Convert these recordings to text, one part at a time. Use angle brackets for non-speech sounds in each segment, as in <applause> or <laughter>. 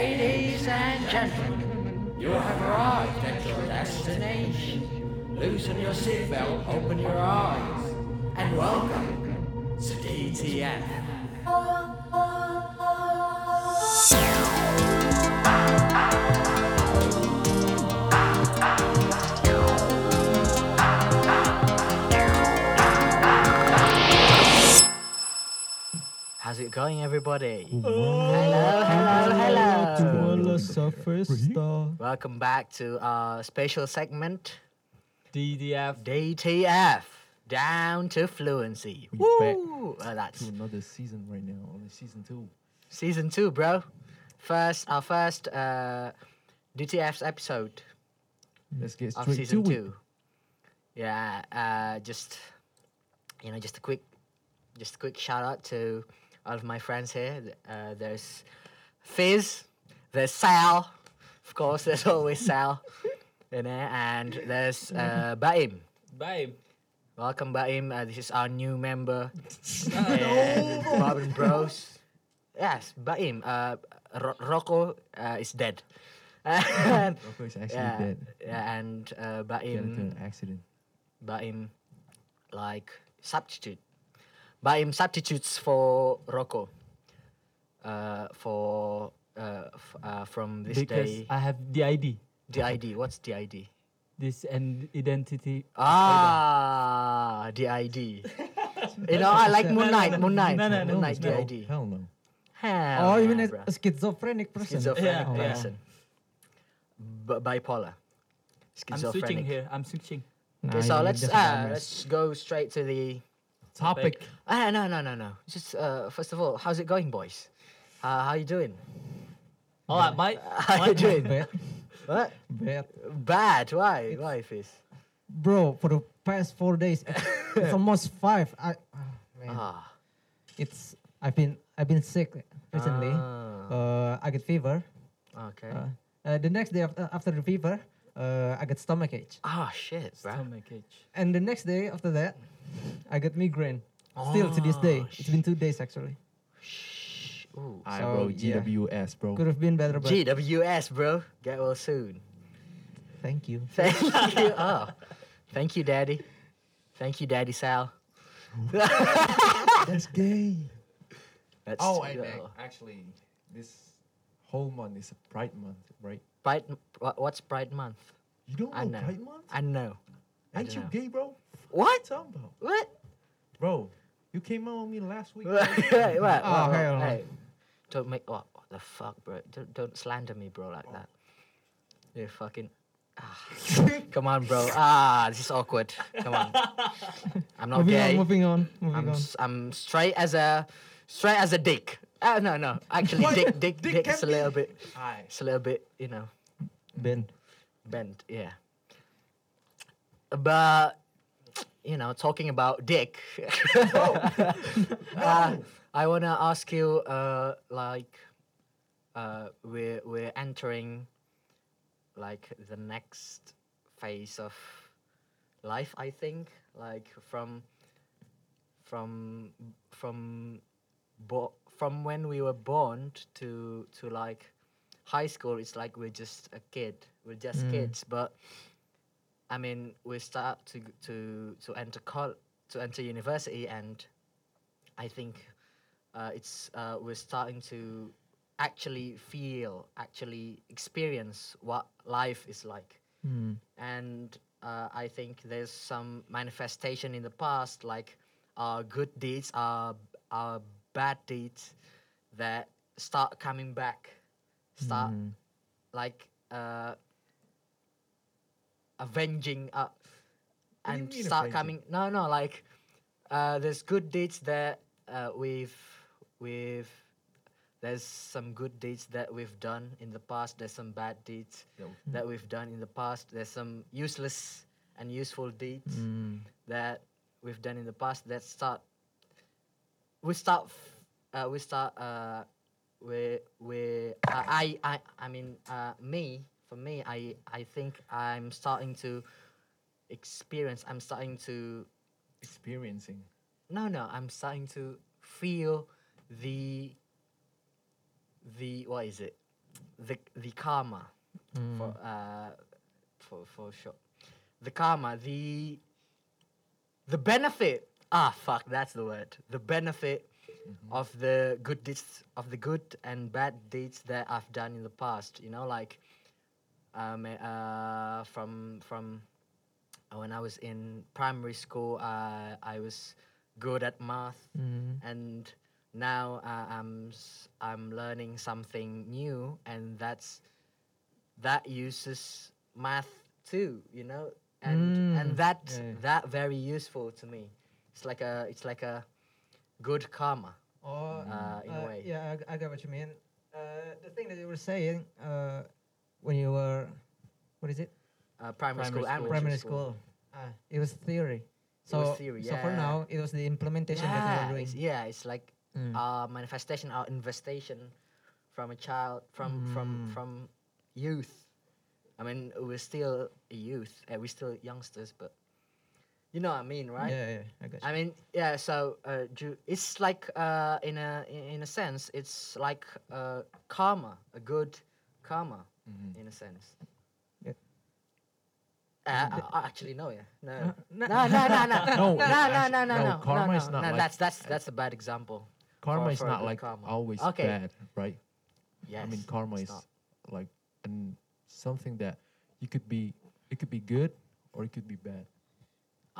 Ladies and gentlemen, you have arrived at your destination. Loosen your seatbelt, open your eyes, and welcome to DTF. How's it going, everybody? Welcome back to our special segment DDF DTF Down to Fluency. We back Woo! Uh, to that's another season right now, only season two. season two, bro. First, our first uh, DTF's episode Let's get of straight season to two. Yeah, uh, just you know, just a quick, just a quick shout out to all of my friends here. Th- Uh, there's Fizz, there's Sal, of course. There's <laughs> always Sal in there, and there's uh, Baim. Babe. Welcome, Baim. Uh, this is our new member, and Robin Bros. Yes, Baim. Uh, Ro- Rocco uh, is dead. <laughs> And- it. Rocco is actually yeah, dead. yeah, and uh, Get into Baim an accident. Baim like substitute. Baim substitutes for Rocco. Uh, for uh, f- uh, from this because day, I have the ID, DID. What's <laughs> DID? this and identity. Ah, <laughs> DID. you know, Oh, I like Moon Knight. Moon Knight. No, no, no, Moon Knight no. DID. Hell no. Hell Oh, you mean yeah, a, bruh. a schizophrenic person? schizophrenic Yeah, yeah. person? B- bipolar. I'm Schizophrenic. switching here. I'm switching. Nah, Okay, you so mean let's just uh, dumbass. let's go straight to the <laughs> Topic. Ah, no, no, no, no. Just uh, first of all, how's it going, boys? Uh, how you doing? <laughs> All right, my How you <laughs> doing? bad, what? bad. Bad? Why? Why, Fizz? Bro, for the past four days, it's, it's almost five. I, ah, man, Ah, it's I've been I've been sick recently. Ah. Uh, I get fever. okay. Uh, uh, the next day after, after the fever, uh, I get stomach ache, Ah, shit, bro. <laughs> stomach ache. and the next day after that, I get migraine. Still to this day, Oh, it's been two days actually. Shh. Ooh. I So, bro, yeah. GWS, bro. Could have been better, <laughs> but GWS, bro. Get well soon. <laughs> thank you. Thank <laughs> you. Oh, thank you, Daddy. Thank you, Daddy Sal. <laughs> That's gay. That's Oh, and uh, ac- actually, this whole month is a Pride month, right? Pride. wha- What's Pride Month? You don't I know know. Pride month? I know. I Ain't you don't know. gay, bro? What? Talking about, What? bro. You came out on me last <laughs> week. bro. Right, right, right, Oh, right, hell no. right. Don't make what, what the fuck, bro? Don't, don't slander me, bro, like that. You fucking. ah. <laughs> Come on, bro. Ah, this is awkward. Come on. I'm not moving on, gay. moving on, moving I'm on. s- I'm straight as a straight as a dick. Ah, no, no. Actually, dick, dick, dick, Dick is a can be- little bit, Hi. it's a little bit, you know, Ben, bent. Yeah. But you know, talking about dick. <laughs> Uh, I wanna ask you, uh, like, uh, we're we're entering, like, the next phase of life. I think, like, from from from bo- from when we were born to to like high school. It's like we're just a kid. We're just kids, but. I mean, we start to g- to to enter col- to enter university, and I think uh, it's uh, we're starting to actually feel, actually experience what life is like, and uh, I think there's some manifestation in the past, like our good deeds, our our bad deeds, that start coming back, start like. Uh, avenging uh, What do you and mean start avenging? coming no no like uh, there's good deeds that uh, we've we've there's some good deeds that we've done in the past there's some bad deeds Yeah, we- that we've done in the past there's some useless and useful deeds Mm. that we've done in the past that start we start f- uh, we start uh, we we uh, I I I mean uh, me for me I I think I'm starting to experience I'm starting to Experiencing. no no I'm starting to feel the the what is it the the karma for uh for for sure the karma the the benefit ah fuck that's the word the benefit of the good deeds of the good and bad deeds that I've done in the past you know like um uh from from when I was in primary school uh, I was good at math and now uh, I'm s- I'm learning something new, and that's that uses math too, you know, and and that Mm, yeah. that very useful to me. It's like a it's like a good karma. Oh, Uh, in a way. Yeah, I, I get what you mean. Uh, the thing that you were saying uh, when you were, what is it? Uh, primary, Primary school, school. and Elementary Primary school. Ah, it was theory. So, was theory, so for yeah. now, it was the implementation that Yeah, you were it's, e- uh, doing. yeah, it's like Mm. our manifestation, our investation from a child, from from Mm. from youth. I mean, we're still a youth, uh, we're still youngsters, but you know what I mean, right? Yeah, yeah, I got you. I mean, yeah. So uh, ju- it's like uh, in a in a sense, it's like uh, karma, a good karma, in Mhm. a sense. Yeah. Uh, I- I actually, no, yeah, no, no, no, no, no, no, no, no, No, no, actu- no, no, no, no. karma no, is not no, like- that's that's that's a bad example. for- Karma is for not good like karma. always Okay. bad, right? Yes. I mean, karma it's is not. like an, something that you could be, it could be good or it could be bad.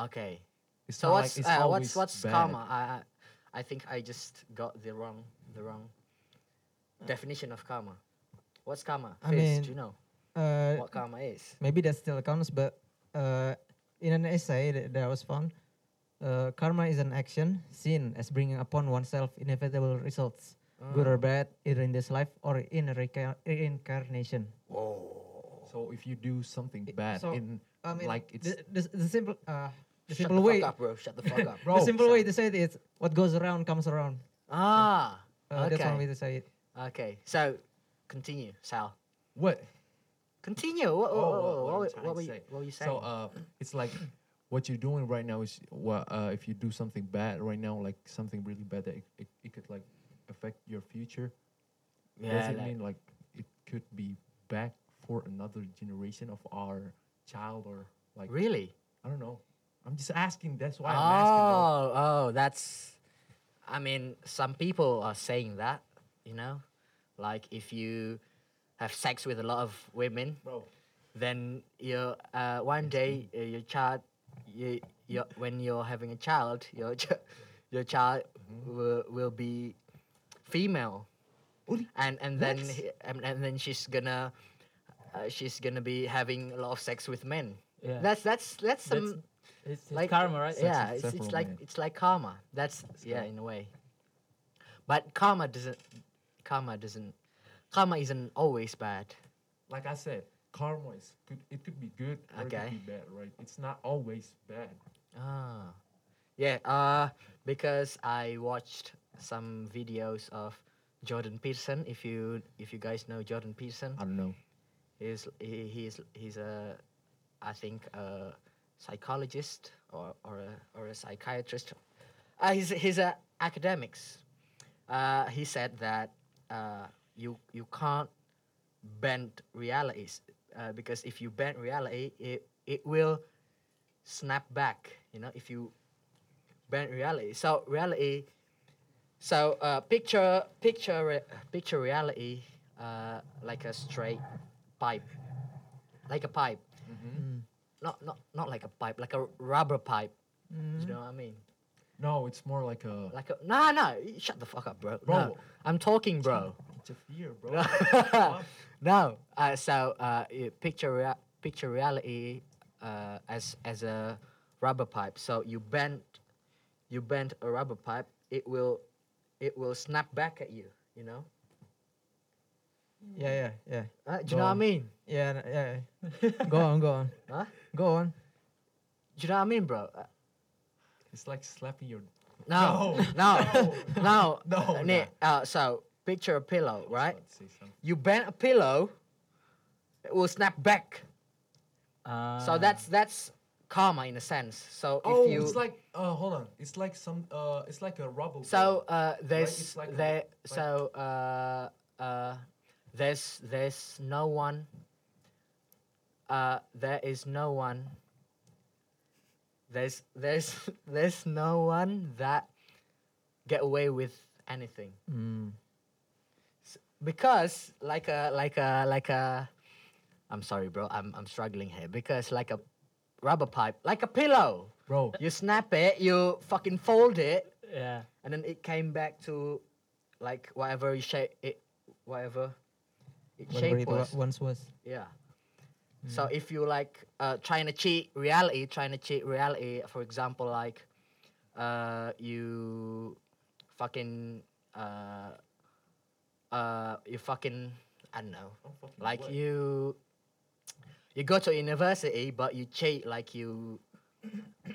okay. It's So not what's like it's uh, always what's what's bad. karma? I I I think I just got the wrong the wrong definition of karma. What's karma? Fizz, I mean, do you know Uh, what karma is? maybe that still counts, but uh, in an essay that, that I was found, uh, karma is an action seen as bringing upon oneself inevitable results, good Oh. or bad, either in this life or in reca- reincarnation. So if you do something I- bad so, in I mean, like it's the, the, the simple, uh, the Shut simple the way, fuck up, bro. Shut the fuck <laughs> up, the simple way to say it is what goes around comes around. Ah, Uh, That's one okay. way to say it. Okay, so continue, Sal. what? Continue. What, Oh, what, what- what I'm what, what trying to were you, say. what were you saying? So uh, it's like what you're doing right now is what uh, if you do something bad right now, like something really bad that it, it, it could like affect your future. Yeah, Does it like- mean like it could be back for another generation of our child or like really? I don't know. I'm just asking. That's why I'm asking. Oh, oh, that's. I mean, some people are saying that, you know, like if you have sex with a lot of women, Bro, then you're uh, one day uh, your child, you, you when you're having a child, your ch- your child Mm-hmm. will, will be female, and and then he- and, and then she's gonna. Uh, she's gonna be having a lot of sex with men. Yeah. That's that's that's That's- some It's, it's karma, right? yeah, with it's, it's several like men. it's like karma. That's yeah, in a way. But karma doesn't. Karma doesn't. Karma isn't always bad. like I said, karma is could it could be good or Okay. it could be bad, right? It's not always bad. Ah, yeah. Uh, because I watched some videos of Jordan Peterson. If you if you guys know Jordan Peterson, I don't know. he's he, he's he's a, I think a psychologist or or a or a psychiatrist. Uh, he's he's a academics. Uh, he said that uh, you you can't bend realities uh, because if you bend reality, it it will snap back. You know, if you bend reality, so reality. So uh, picture picture re- picture reality uh, like a straight pipe, like a pipe. Mm. Not not not like a pipe, like a rubber pipe. You know what I mean? No, it's more like a Like a no no. you Shut the fuck up, bro. No, Bro. I'm talking, bro. it's a fear, bro. <laughs> no. Uh, so uh, you picture rea- picture reality uh, as as a rubber pipe. So you bend you bend a rubber pipe, it will it will snap back at you. You know? Yeah, yeah, yeah. Uh, do you know what I Bro. mean? Yeah, n- yeah. <laughs> yeah. go on, go on. Huh? Go on. Do you know what I mean, bro? Uh, It's like slapping your <laughs> no, no, no, No, uh, Nick, uh, so picture a pillow, right? Let's say something. You bend a pillow, it will snap back. Uh, so that's that's karma in a sense. So Ah. Oh, if you it's like uh, hold on. It's like some uh, it's like a rubble. So ball. uh, it's there's like a- there. like- so uh, uh, there's there's no one uh there is no one there's there's <laughs> there's no one that get away with anything Mm. because like a like a like a I'm sorry bro I'm I'm struggling here because like a rubber pipe like a pillow <laughs> bro. you snap it you fucking fold it Yeah. and then it came back to like whatever you shape it whatever it Whatever shape it wa- Hmm. was once was. yeah so if you like uh trying to cheat reality trying to cheat reality for example like uh you fucking uh uh you fucking i don't know like you you go to university but you cheat like you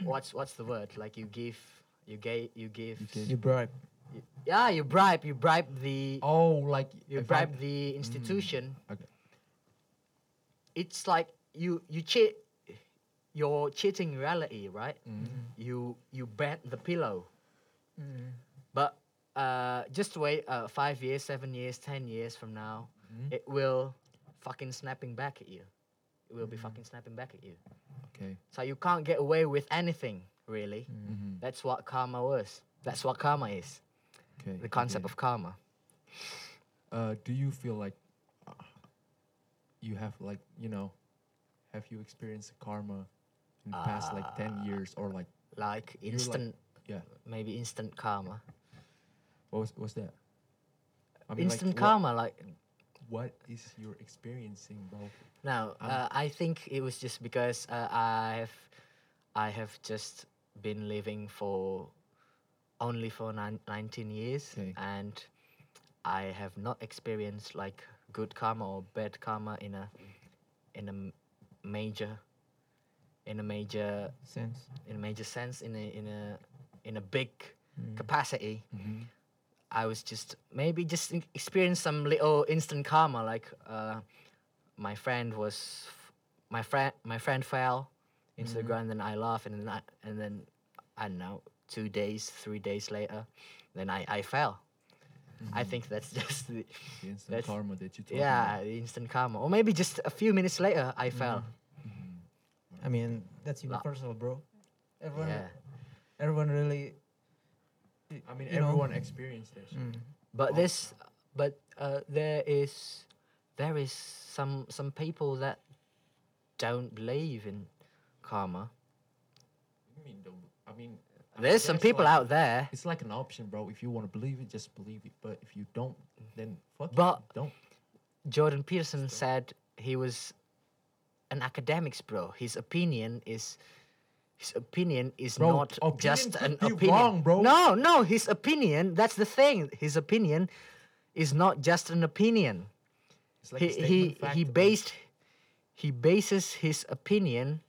what's what's the word like you give you gave you give You broke. yeah you bribe you bribe the Oh, like you if I- bribe Mm, the institution okay. it's like you you cheat you're cheating reality right Mm. Mm-hmm. you you bent the pillow Mm. but uh just wait uh five years seven years ten years from now Mm. it will fucking snapping back at you it will be Mm. fucking snapping back at you Okay. so you can't get away with anything really Mhm. that's what karma was that's what karma is Okay. the concept of karma Uh, do you feel like uh, you have like you know, have you experienced karma in the past like Uh. ten years or like like you're like- instant yeah? maybe instant karma What was what's that? I like, instant what- karma like what is your experiencing, bro? No, Uh-huh. uh, I think it was just because uh, I have, I have just been living for only for nine, 19 years, Okay. and I have not experienced like good karma or bad karma in a, in a m- major, in a major, Sense. in a major sense, in a in a in a big Mm. capacity. Mm-hmm. I was just maybe just in- experience some little instant karma. Like uh, my friend was, f- my friend my friend fell into the ground, then I laugh, and then I, and then I don't know two days, three days later, then I I fell. Mm-hmm. I think that's <laughs> just the, The instant That's- karma that you talking yeah about. the instant karma, or maybe just a few minutes later I fell. I mean, that's La- universal, bro. Everyone, Yeah, everyone really. I mean, you know. Mm. everyone experienced this. but this, but uh, there is there is some some people that don't believe in karma. I mean, don't, I mean, I mean, There's some that's people like- out there, It's like an option, bro. If you want to believe it, just believe it. But if you don't, then fuck. it, But- don't. Jordan Peterson said he was an academics bro. His opinion is his opinion is Bro, not opinion just could an be opinion. wrong, bro. No, no, his opinion, that's the thing. His opinion is not just an opinion. It's like he a he statement fact, he bro. based he bases his opinion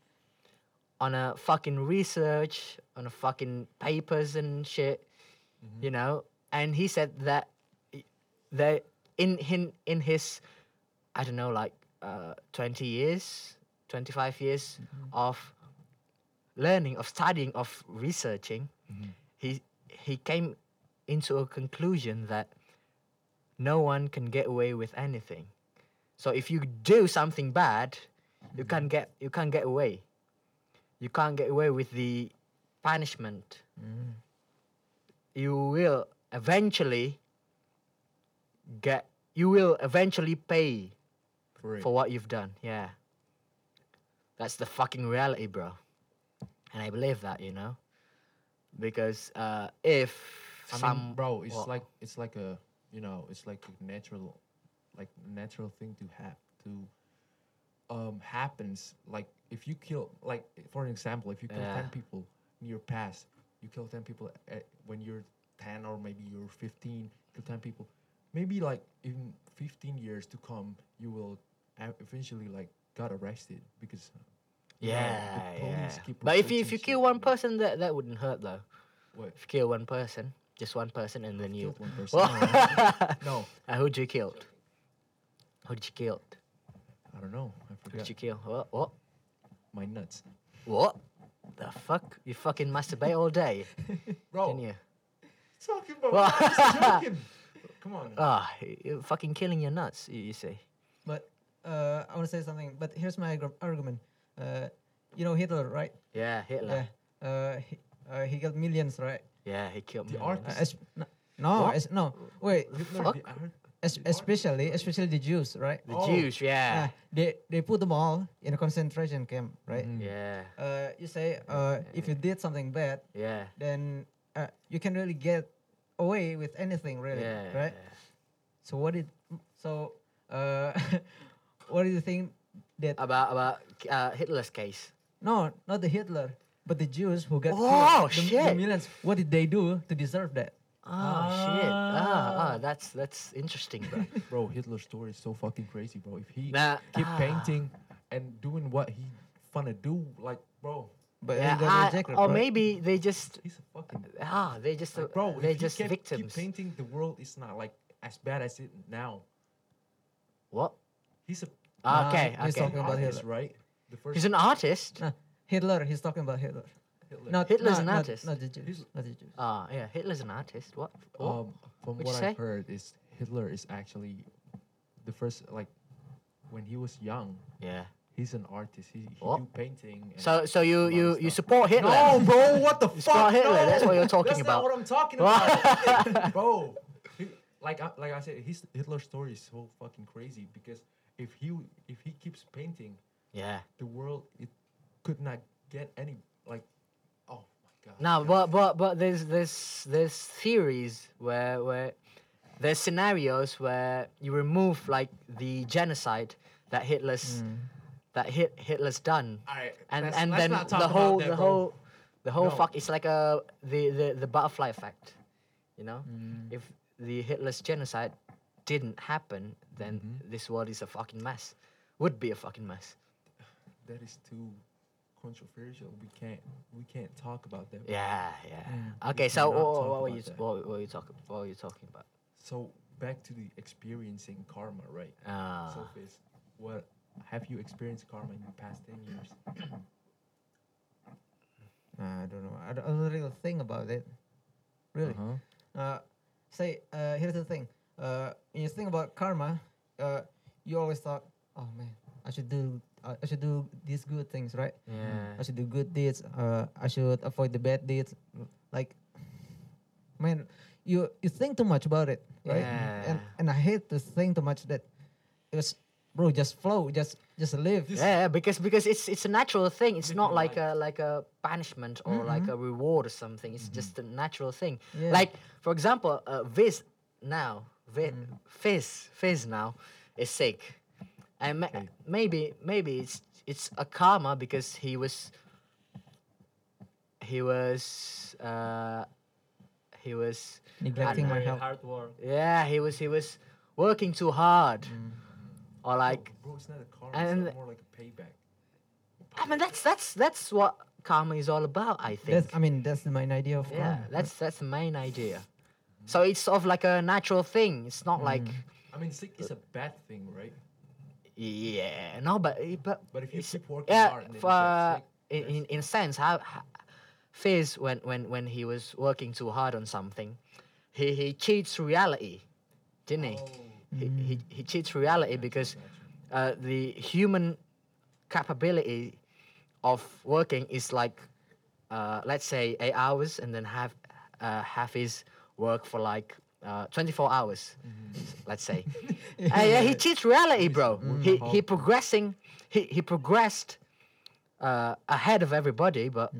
on a fucking research, on a fucking papers and shit, Mm-hmm. you know. And he said that i- that in in in his I don't know like uh, twenty years, twenty five years Mm-hmm. of learning, of studying, of researching, Mm-hmm. he he came into a conclusion that no one can get away with anything. So if you do something bad, you can't get you can't get away. You can't get away with the punishment. You will eventually get you will eventually pay for it. for what you've done. Yeah. That's the fucking reality, bro. And I believe that, you know? Because uh if I some mean, bro, it's what? like it's like a you know, it's like a natural, like natural thing to have to um happens. Like if you kill, like for an example, if you kill Yeah. ten people in your past, you kill ten people at, when you're ten or maybe you're fifteen, kill ten people. Maybe like in fifteen years to come, you will a- eventually like got arrested because you know, the Yeah, police yeah. keep But if you if reporting you kill shit, one you know. person, that that wouldn't hurt though. What? If you kill one person, just one person, and then <laughs> you. Killed one person. Well, no, uh, who'd you killed? Who'd you killed? I don't know. I Who'd forgot you kill? What? What? my nuts. What? The fuck? You fucking <laughs> masturbate all day, Bro, didn't you? talking about Well- <laughs> I'm just joking. Come on. Ah, y- you're fucking killing your nuts. You, you see. But uh, I want to say something. But here's my argu- argument. Uh, you know Hitler, right? Yeah, Hitler. Yeah. Uh, he, uh, he killed millions, right? Yeah, he killed The me. art- Uh, es- n- no, What? es- no. Wait. Hitler, fuck. the art- Es- the art- especially, especially the Jews, right? The Oh. Jews. Yeah. Yeah. They they put them all in a concentration camp, right? Mm. Mhm. Yeah. Uh, you say uh, if you did something bad, Yeah. then uh, you can really get away with anything, really, Yeah. right? So what did so uh, <laughs> what do you think that About about uh, Hitler's case. no not the Hitler but the Jews who got Oh, killed, the- The, shit. millions what did they do to deserve that? Oh shit. Ah, ah, that's that's interesting, <laughs> bro. Bro, Hitler's story is so fucking crazy, bro. If he Nah, keep ah. painting and doing what he wanna do, like, bro, But yeah, they got ah, rejected, or right? maybe they just he's a fucking ah they just uh, like, bro. they if just he kept, victims. Keep painting the world is not like as bad as it now. what? He's a Ah, Nah, okay, he's okay. talking about artist, Hitler. right? The first He's an artist. Nah, Hitler he's talking about Hitler. Hitler. Not Hitler's not, an not- artist. Not, the Jews. He's- not the Jews. Ah, yeah. Hitler's an artist. What? What? um, from What'd what you I've say? heard is Hitler is actually the first like when he was young. yeah. He's an artist. He, he What? do painting. and So so you lot of you you stuff. support Hitler? No, bro, what the It's fuck? not Hitler, No. that's what you're talking That's about. Not what I'm talking <laughs> about, bro. He- like I, like I said, his Hitler's story is so fucking crazy because if he w- if he keeps painting, Yeah. the world it could not get any like, oh my god. No, yeah. but but but there's there's there's theories where where there's scenarios where you remove like the genocide that Mm. Hitler's that hit Hitler's done, Alright, and let's- and let's then not the talk about whole that, the bro. whole the whole No. fuck. It's like a the the the butterfly effect, you know. Mm, If the Hitler's genocide didn't happen, then Mm-hmm. this world is a fucking mess. Would be a fucking mess. that is too controversial. We can't we can't talk about that. bro. Yeah, yeah. Mm. we Okay, so what, cannot talk what, were about you that. what, what were you talking what were you talking about? So back to the experiencing karma, right? Ah. So Fizz, what have you experienced karma in the past ten years? Uh-huh. Nah, I don't know. I don't, I don't really think about it. Really. Uh-huh. Uh, say, uh, here's the thing. Uh, when you think about karma, uh, you always thought, oh man, I should do, I I should do these good things, right? Yeah. I should do good deeds. Uh, I should avoid the bad deeds. Like, man, you you think too much about it, right? And Yeah. and I hate to think too much that it was, bro, just flow, just just live. Yeah, because because it's it's a natural thing. It's not Live your like a like a banishment or like a reward or something. It's just a natural thing. Yeah. Like for example, uh, Viz now, Vi- Fizz Fizz now is sick, and ma- Okay. maybe maybe it's it's a karma because he was he was uh, he was Neglecting my Very health. hard work. yeah he was he was working too hard or like bro, it's not a karma. it's and- not more like a payback. I mean, that's that's that's what karma is all about. I think. That's, I mean, that's the main idea of yeah, karma. <laughs> that's that's the main idea. So it's sort of like a natural thing. It's Mm. not like I mean, sick is a bad thing, right? yeah, no, but but But if you it's- keep working yeah, hard and then you for, uh, get sick, in, in in sense how, how Fizz when when when he was working too hard on something, he he cheats reality, didn't Oh. he? He, Mm. he he cheats reality because uh, the human capability of working is like uh, let's say eight hours and then have uh, half his work for like uh, 24 hours let's say Uh, yeah, he cheats reality bro he, he progressing he, he progressed uh, ahead of everybody but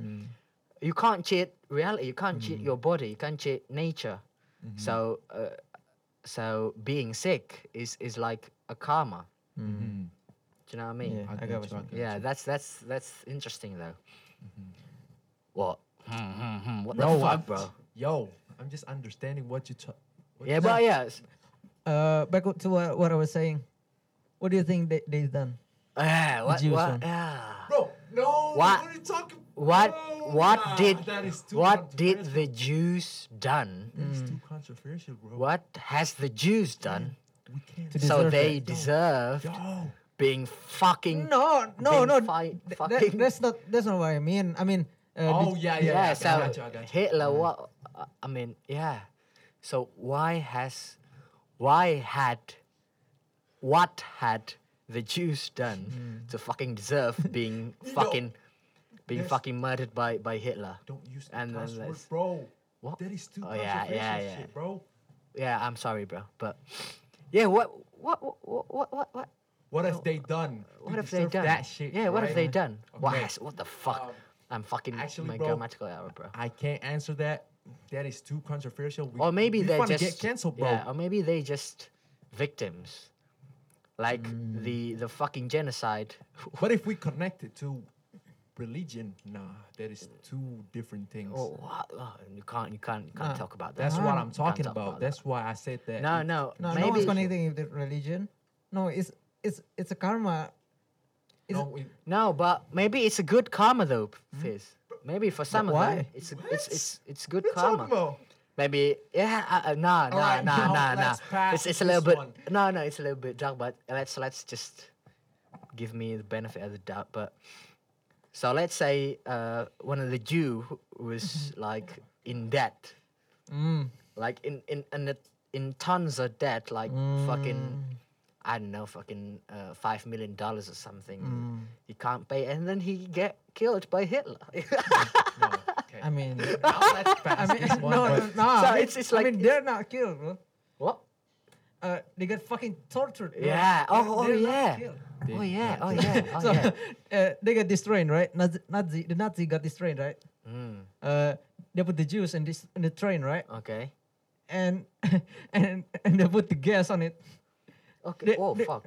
you can't cheat reality you can't cheat your body you can't cheat nature so uh, so being sick is is like a karma do you know what Mm-hmm. i mean Mm-hmm. Yeah, I got you, got what you I mean. got yeah, that's that's that's interesting though. What? what Hmm, Bro, the I'm- fuck, bro? Yo, I'm just understanding what you talk. Yeah, but yeah, s- Uh, back to what, what I was saying. What do you think they they done? ah, what, Jews what, one. ah. Bro, no. What, are you talking? what, No, what nah, did, that is too what did controversial. the Jews done? That is too controversial, bro. What has the Jews done? We can't. To So deserve they it. deserved Yo, being fucking. No, being no, no. fi- th- that- fucking. that's not that's not what I mean. I mean, uh, Oh yeah, did- yeah. yeah, yeah, so Mm-hmm. I got you, I got you. Hitler, what? I mean, yeah. So why has, why had, what had the Jews done to fucking <laughs> deserve being You know, fucking, being Mm. there's- fucking murdered by by Hitler? Don't use the And then password, there's- bro. What? That is too Oh, much yeah, of yeah, racist yeah. shit, bro. Yeah, I'm sorry, bro, but yeah, what, what, what, what, what, what? What have they done? to What have they deserve done? That shit, yeah, what have they right? done? What, Okay. has- what the fuck? Um, I'm fucking actually, my bro, grammatical error, bro. I can't answer that. That is too controversial. We, or maybe we they're finna just get canceled, bro. Yeah, um, or maybe they just victims, like Mm. the the fucking genocide. But if we connect it to religion, nah, that is two different things. Oh, what? Oh, you can't you can't you can't No, talk about that. That's what You I'm can't talking talk about. that. That's why I said that. no, it- no, No, maybe no one's connecting with the religion. No, it's it's it's a karma. Is no, it- no, but maybe it's a good karma though, Fizz. Maybe for some of them, why? it's a, it's it's it's good Hmm? What you talking karma. about? Maybe yeah, uh, uh, nah, nah, right, nah, now nah, nah. let's pass It's it's a this little bit one. no, no, it's a little bit dark, but let's let's just give me the benefit of the doubt. But so let's say uh, one of the Jew who was Mm-hmm. like in debt, Mm. like in in in, the, in tons of debt, like Mm. fucking I don't know, fucking uh, five million dollars or something. Mm. He can't pay, and then he get killed by Hitler. <laughs> No, okay. I mean, now let's pass <laughs> I mean, this no, one. no, but- no, So I mean- it's- it's I like- mean, they're not killed, bro. what? Uh, they got fucking tortured. bro. Yeah. They're- Oh, oh they're not yeah. killed. Oh They- yeah. Oh they- <laughs> yeah. Oh <laughs> so yeah. uh, they got restrained, right? Nazi, Nazi, the Nazi got restrained, right? Mm, Uh, they put the Jews in this in the train, right? okay. And <laughs> and and they put the gas on it. Okay. They- oh they- fuck.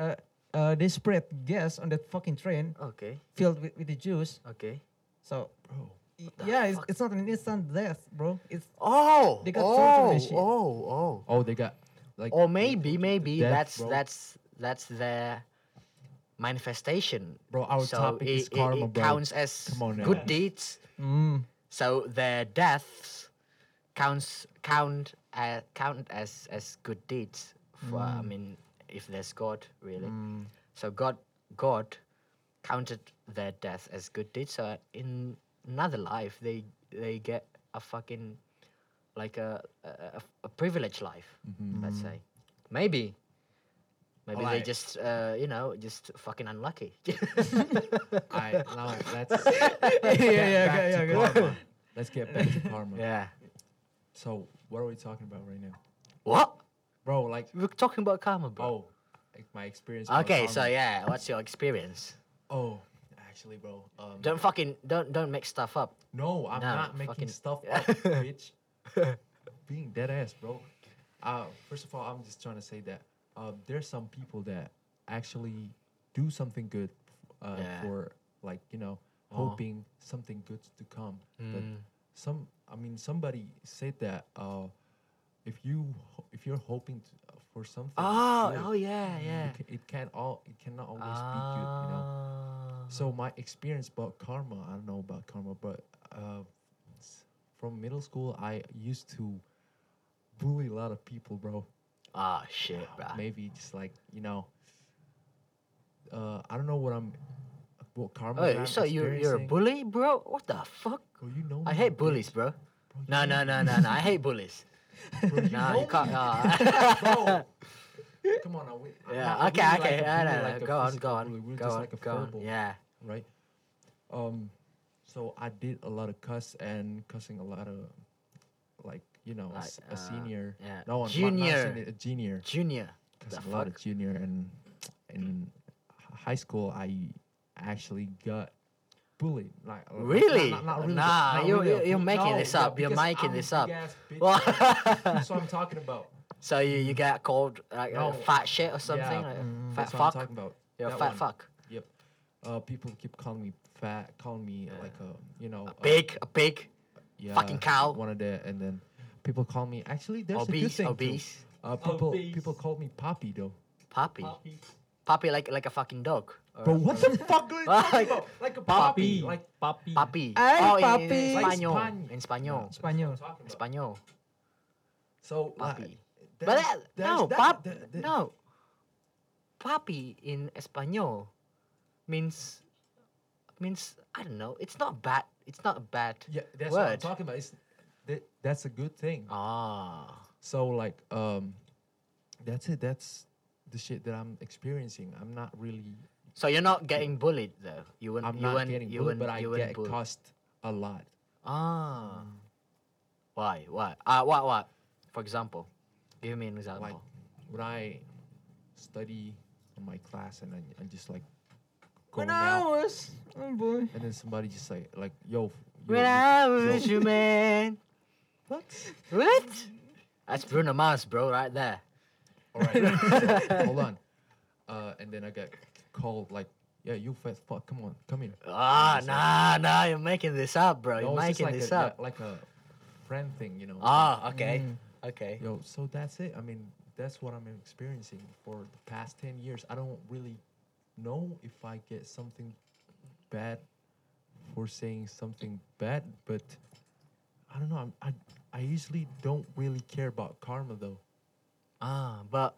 Uh, uh, they spread gas on that fucking train Okay. filled with, with the Jews. Okay. So Bro, y- the yeah, it's, fuck? it's not an instant death, bro. <laughs> It's Oh. They got tortured oh, and shit. oh. Oh. Oh, they got like. Or maybe, maybe death, that's bro. that's that's their manifestation. Bro, our so topic it, is karma, it, it bro. counts as Come on now. good deeds. mm, So their deaths counts count uh, count as as good deeds. For I Mm. mean, if there's God, really. So God God counted their death as good deeds. So in another life, they they get a fucking like a a, a, a privileged life. Mm-hmm. Let's say, maybe. Maybe they Alright. just, uh, you know, just fucking unlucky. <laughs> I <laughs> now let's. yeah, yeah, okay, yeah, okay. Let's get back <laughs> to karma. yeah. So what are we talking about right now, What? bro? Like, We're talking about karma, bro. oh, like my experience. about Okay, so Oh, karma. yeah, what's your experience? Oh, actually, bro. Um, Don't fucking don't don't make stuff up. No, I'm No, not fucking- making stuff <laughs> up, bitch. Being dead ass, bro. Uh, first of all, I'm just trying to say that uh, there's some people that actually do something good uh, Yeah. for, like, you know, Oh. hoping something good to come. But Mm. some, I mean, somebody said that uh, if you ho- if you're hoping to, for something, Oh, good, oh yeah, yeah. it, ca- it can all it cannot always be good, you know. So my experience about karma, I don't know about karma, but uh, s- from middle school, I used to bully a lot of people, bro. Ah, oh, shit, bro. Maybe just like you know, uh, I don't know what I'm, what karma. that Oh, I'm so you you're a experiencing. bully, bro? What the fuck? Bro, you know I me, hate bitch. bullies, bro. <laughs> you No, no, no, no, no. I hate bullies. Bro, <laughs> <laughs> you Nah, you know can't. me. <laughs> nah. <laughs> Bro, come on, now. we- I'm not yeah. a Okay, bully okay. like a yeah, bully, no, like no, a Go on, physical go on, bully. We're go just on, like a go on. verbal. Yeah. right? Um, so I did a lot of cuss and cussing a lot of, like you know, a Like, s- a, uh, senior, yeah, no, not- not junior. senior, a junior, Junior. The cussing a lot fuck. of junior, and in h- high school I actually got bullied. Like uh, not- Really? Not, not really, but- Nah, not you- really a you- you're bull- making this yeah, up, you're because making I'm this big up. <laughs> ass bitch, Well- bro. That's what I'm talking about. So you, you get called like No. uh, fat shit or something? Yeah, Mm, like, fat That's what I'm fuck. talking about. You're a That fat one. fuck. Yep. Uh, people keep calling me fat, calling me uh, like a you know a Big, a big. Fucking cow. One of the and then people call me actually there's a good Obese, thing too. obese. Uh, people Obese. people call me Poppy though. Puppy. Puppy like like a fucking dog. <laughs> <laughs> or Bro, what the fuck are you Ah. <laughs> Like- talking about? Like a Papi. puppy. Like Papi. Puppy. Ay, oh, in- In, papi. Like Espanol. Span- in Spanish. That's what I'm Spaniel. talking about. Spanish. So like, Papi. But there's- that, there's no, that- pap, that- that- no. Papi in Espanol means means I don't know. It's not bad. It's not a bad. Yeah, that's what I'm Word. talking about. It's that, that's a good thing. Ah. So like um that's it. That's the shit that I'm experiencing. I'm not really. So you're not getting bullied though. You wouldn't. I'm you not wouldn't, getting you bullied, wouldn't, but I you wouldn't get bullied. cussed a lot. Ah. Why? Why? Uh, what? What? For example, give me an example. Like when I study in my class and I, I'm just like going When I out, was oh boy. and then somebody just like like yo. f- yo, When yo, I yo." was <laughs> your man. What? What? That's Bruno Mars, bro, right there. All right, so, <laughs> hold on. Uh, and then I got called like, yeah, you fat fuck. Come on, come here. Ah, It's like- nah, nah, you're making this up, bro. You're No, it's just making like this a, up. Like, like a friend thing, you know. Ah, okay, okay. Yo, so that's it. I mean, that's what I'm experiencing for the past 10 years. I don't really know if I get something bad for saying something bad, but I don't know. I'm, I I usually don't really care about karma though. Ah, but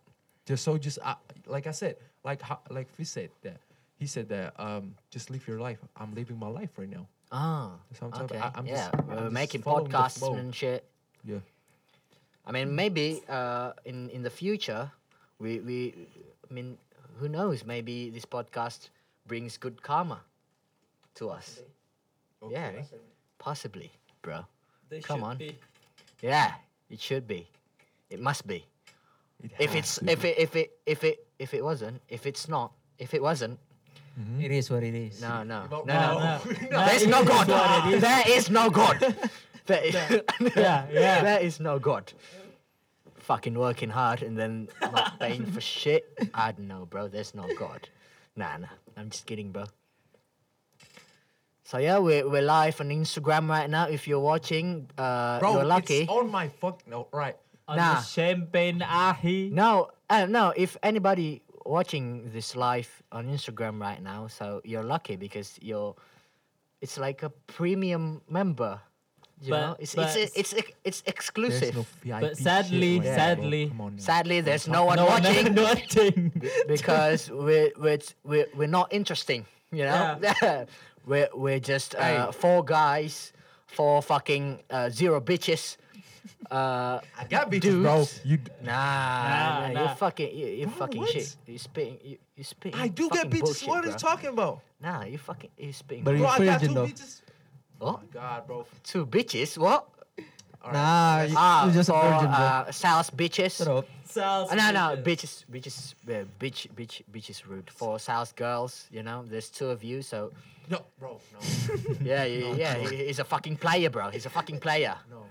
Just so just I, like I said, like how, like we said that he said that um just live your life. I'm living my life right now. ah, That's what I'm talking okay. about. I- I'm yeah, just- I'm we're just making following the podcasts flow. and shit. Yeah. I mean, maybe uh, in in the future, we we, I mean, who knows? Maybe this podcast brings good karma to us. Yeah, possibly, bro. They Come should on. be. Yeah, it should be. It must be. It If has it's to if be. it if it if it if it wasn't if it's not if it wasn't It is what it is. no no no About- no no, <laughs> There's no God. There is no God. There is, <laughs> Yeah, yeah. there is no God. Fucking working hard and then not paying for shit. I don't know, bro. There's no God. Nah, nah. I'm just kidding, bro. So yeah, we're, we're live on Instagram right now. If you're watching, uh, Bro, you're lucky. it's on my fuck. No, right. On Nah. the champagne ahi. No, uh, no. If anybody watching this live on Instagram right now, so you're lucky because you're. It's like a premium member. You But- know, it's it's but- it's it's, it's There's exclusive. no VIP shit sadly- right now, bro. sadly- Come on <laughs> now. Sadly, there's no one <laughs> no one- watching <laughs> nothing. <laughs> because we're we're, we're we're not interesting. You know, <laughs> we're we're just uh, four guys, four fucking uh, zero bitches. Uh, I got bitches, bro. dudes. You d- Nah, Nah, nah, nah. you're fucking, you, you're Bro, fucking what? shit. You're spitting, you, you're spitting. I do get fucking bitches. Bullshit, what are bro. you talking about? Nah, you fucking, you're spitting. But bull- you- Bro, I got freezing two though. bitches. oh, God, bro. two bitches. What? All Nah, you, Ah, you just a for, virgin, bro. uh, South bitches. Shut up. Sounds Uh, no, no, ridiculous. bitches, bitches, uh, bitch, bitch, bitches rude for South girls. You know, there's two of you, <laughs> so No, bro. No. <laughs> yeah, yeah, yeah. he- he's a fucking player, bro. He's a fucking player. No.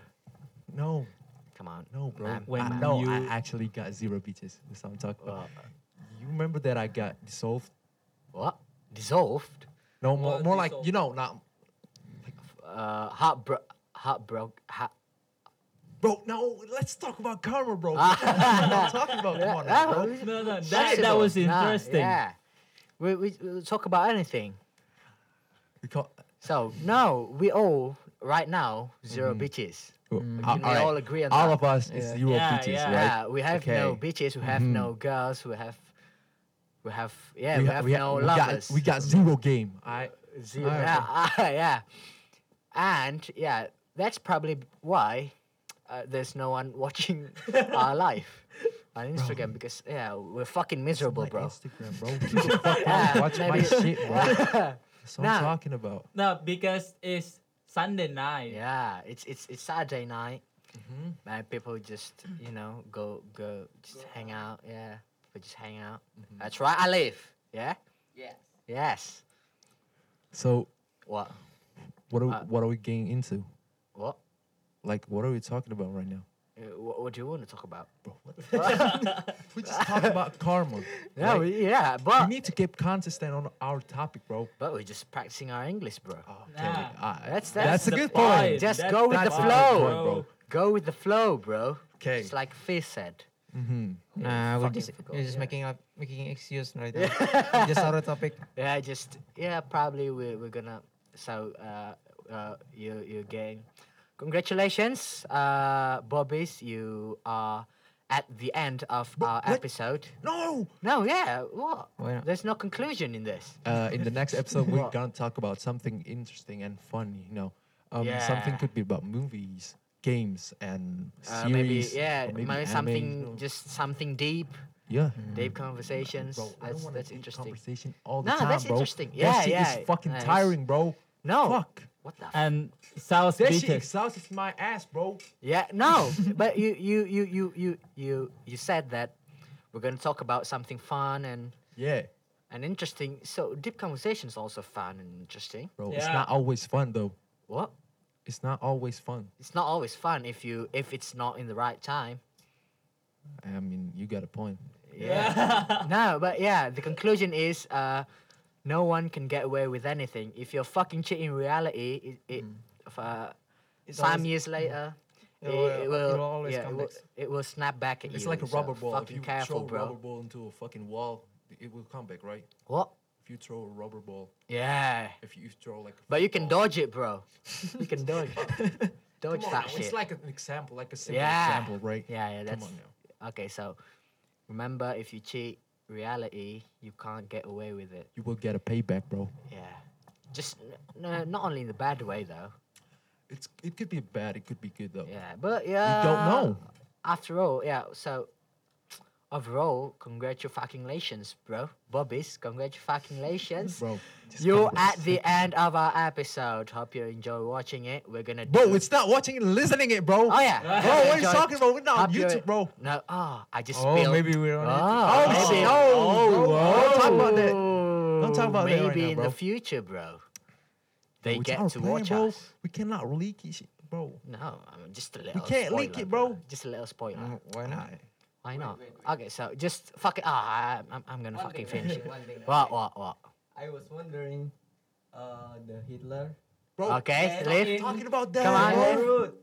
No, Come on, no, bro. Man, When I, man. no, you- I actually got zero bitches. That's what I'm talking about. Well, Uh, you remember that I got dissolved? what? Dissolved? No, more, Well, more like dissolved. you know, not Uh, heartbro, heartbro, heart. bro. No, let's talk about karma, <laughs> bro. That's what I'm talking about. Come on, now, <laughs> bro. No, no, that, that was Nah, interesting. yeah. We, we, we talk about anything. We call- So no, we all right now 0 Mm-hmm. bitches. Uh, Can we alright. all agree on all that? of us is Yeah. zero Yeah, bitches, yeah. right? Yeah, we have no Okay. bitches. We have no girls. We have, we have yeah, we, ha- have ha- no we lovers. Got, Ah, we got zero game. I zero. Yeah, <laughs> yeah, and yeah, that's probably why uh, there's no one <laughs> watching our life on Instagram because yeah, we're fucking miserable, my bro. Instagram, bro. Who the <laughs> fuck Yeah, watch my maybe- shit, <laughs> bro. That's what Nah. I'm talking about. No, because it's Sunday night. Yeah, it's it's it's Saturday night. And people just you know go Mm-hmm. go just hang out. Mm-hmm. Yeah, we just hang out. That's right. I live. Yeah. Yes. Yes. So What? what are we, Uh, what are we getting into? What? Like what are we talking about right now? Uh, What, what do you want to talk about? Bro, <laughs> what the we just talking about karma. Yeah, right? we, yeah, we but need to keep consistent on our topic, bro. but we're just practicing our English, bro. Okay. Nah. uh, That's- that's, that's a the good point. point. Just go with the That's a good flow. point, bro. Go with the flow, bro. Okay. Just like Fizz said. Mm-hmm. Nah, we're fucking just, forgot, we're just yeah. making up, making excuse right now. <laughs> just out of topic. Yeah, just yeah, probably we're we're gonna. So uh, uh, you you gain. Congratulations, uh, Bobbies. You are at the end of our what? episode. No. No, yeah, what? Why not? There's no conclusion in this. Uh, <laughs> in the next episode, we're What? gonna talk about something interesting and fun. You know, um, something Yeah. could be about movies, games and Uh, series. maybe or yeah, maybe, maybe anime, something you know. just something deep, Yeah. deep conversations. Bro, I don't that's wanna that's deep interesting. Conversation all the No, time, that's bro. interesting. that Yeah, shit yeah, is fucking nice. tiring, bro. No, Fuck. what the? F- Uh, And South That shit Beaters. exhausts my ass, bro. yeah, no. <laughs> but you you you you you you you said that we're gonna talk about something fun and Yeah, and interesting. So deep conversation is also fun and interesting. bro. It's Yeah. not always fun though. What? It's not always fun. It's not always fun if you if it's not in the right time. I mean, you got a point. Yeah. <laughs> No, but yeah, the conclusion is uh, no one can get away with anything. If you're fucking cheating reality, it, it Mm. f- uh, It's some always- years <laughs> later, It will- it will always yeah, come it will, back. it will snap back at you. It's like a so rubber ball. If Fucking you careful, throw a bro. rubber ball into a fucking wall, it will come back, right? What? If you throw a rubber ball, <laughs> Yeah, if you throw like. a but you can football- dodge it, bro. <laughs> you can dodge, dodge <laughs> Come on that now, shit. It's like an example, like a simple Yeah. example, right? yeah, yeah, Come that's on now. okay. So remember, if you cheat reality, you can't get away with it. You will get a payback, bro. Yeah, just n- no, not only in the bad way though. It's it could be bad, it could be good though. Yeah, but We yeah, don't know. After all, yeah. So overall, congratulations, bro. Bobbies, congratulations. Bro, just You're congrats. at the end of our episode. Hope you enjoy watching it. We're gonna Bro, do. it's not watching and listening it, bro. oh yeah. Bro, Hope what are you <laughs> enjoy- talking about? We're not on hope you- YouTube, bro. No. Oh, I just Oh, spilled. maybe we're on it. Oh, Oh, maybe. no, bro. Don't talk about that. Don't talk about that maybe right now, in bro. the future, bro. Bro, They it's get our to plan, watch bro. us. We cannot leak it, shit, bro. No, I mean, just a little. can't spoiler, leak it, bro. Just a little spoiler. Mm, Why not? Why not? Okay, so just fuck it. Ah, I- I'm, I'm gonna One fucking thing, <laughs> finish it. one thing, one What, what, what? I was wondering, uh, the Hitler. Bro, Okay, Oh, yeah, lift. in- talking about that, Come on, bro. Garut.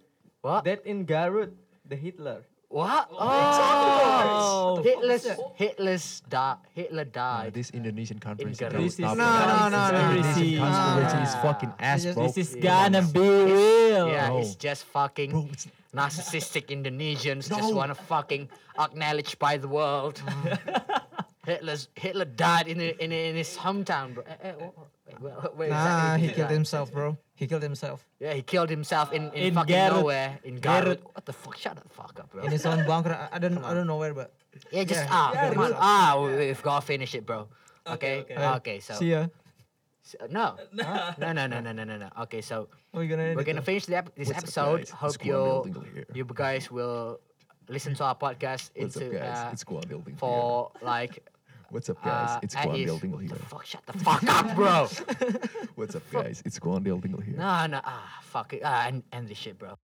What? That in Garut, the Hitler. Oh, What? about? Oh, Hitler's Hitler's di- Hitler Nah, died. this Indonesian conference. Ghana. This is no, No, no, no, no, no, no. Indonesian conspiracy is Nah. fucking ass, just- bro. This is Yeah. gonna be real. yeah, bro. it's just fucking bro, it's, narcissistic Indonesians just No. want to fucking acknowledged by the world. Hitler's Hitler died in in, in his hometown, bro. Eh, eh, wh- wh- wh- where Nah, exactly he did killed die? himself, bro. He killed himself Yeah, he killed himself in, in, In fucking Garut. nowhere in Garut. What the fuck? Shut the fuck up, bro. in his own bunker. I, I don't, I don't know where, but Yeah, just Yeah, ah, yeah, come on, yeah. ah, we- we've got to finish it, bro. Okay, Okay, okay, okay. so, see ya. so- no, Huh? no, no, no, no, no, no, no. Okay, so We're gonna. End we're it gonna though. finish the ep- this What's up, episode. guys? It's Hope Guam you Building here. you guys will listen to our podcast What's into up, guys? uh, it's Guam Building here. for <laughs> like What's up, guys? uh, it's at Guam his- Building what here. the fuck, shut the fuck up, bro. <laughs> What's up, guys? It's Guam Building here. no, no, ah, fuck it, ah, Uh, end, end this shit, bro.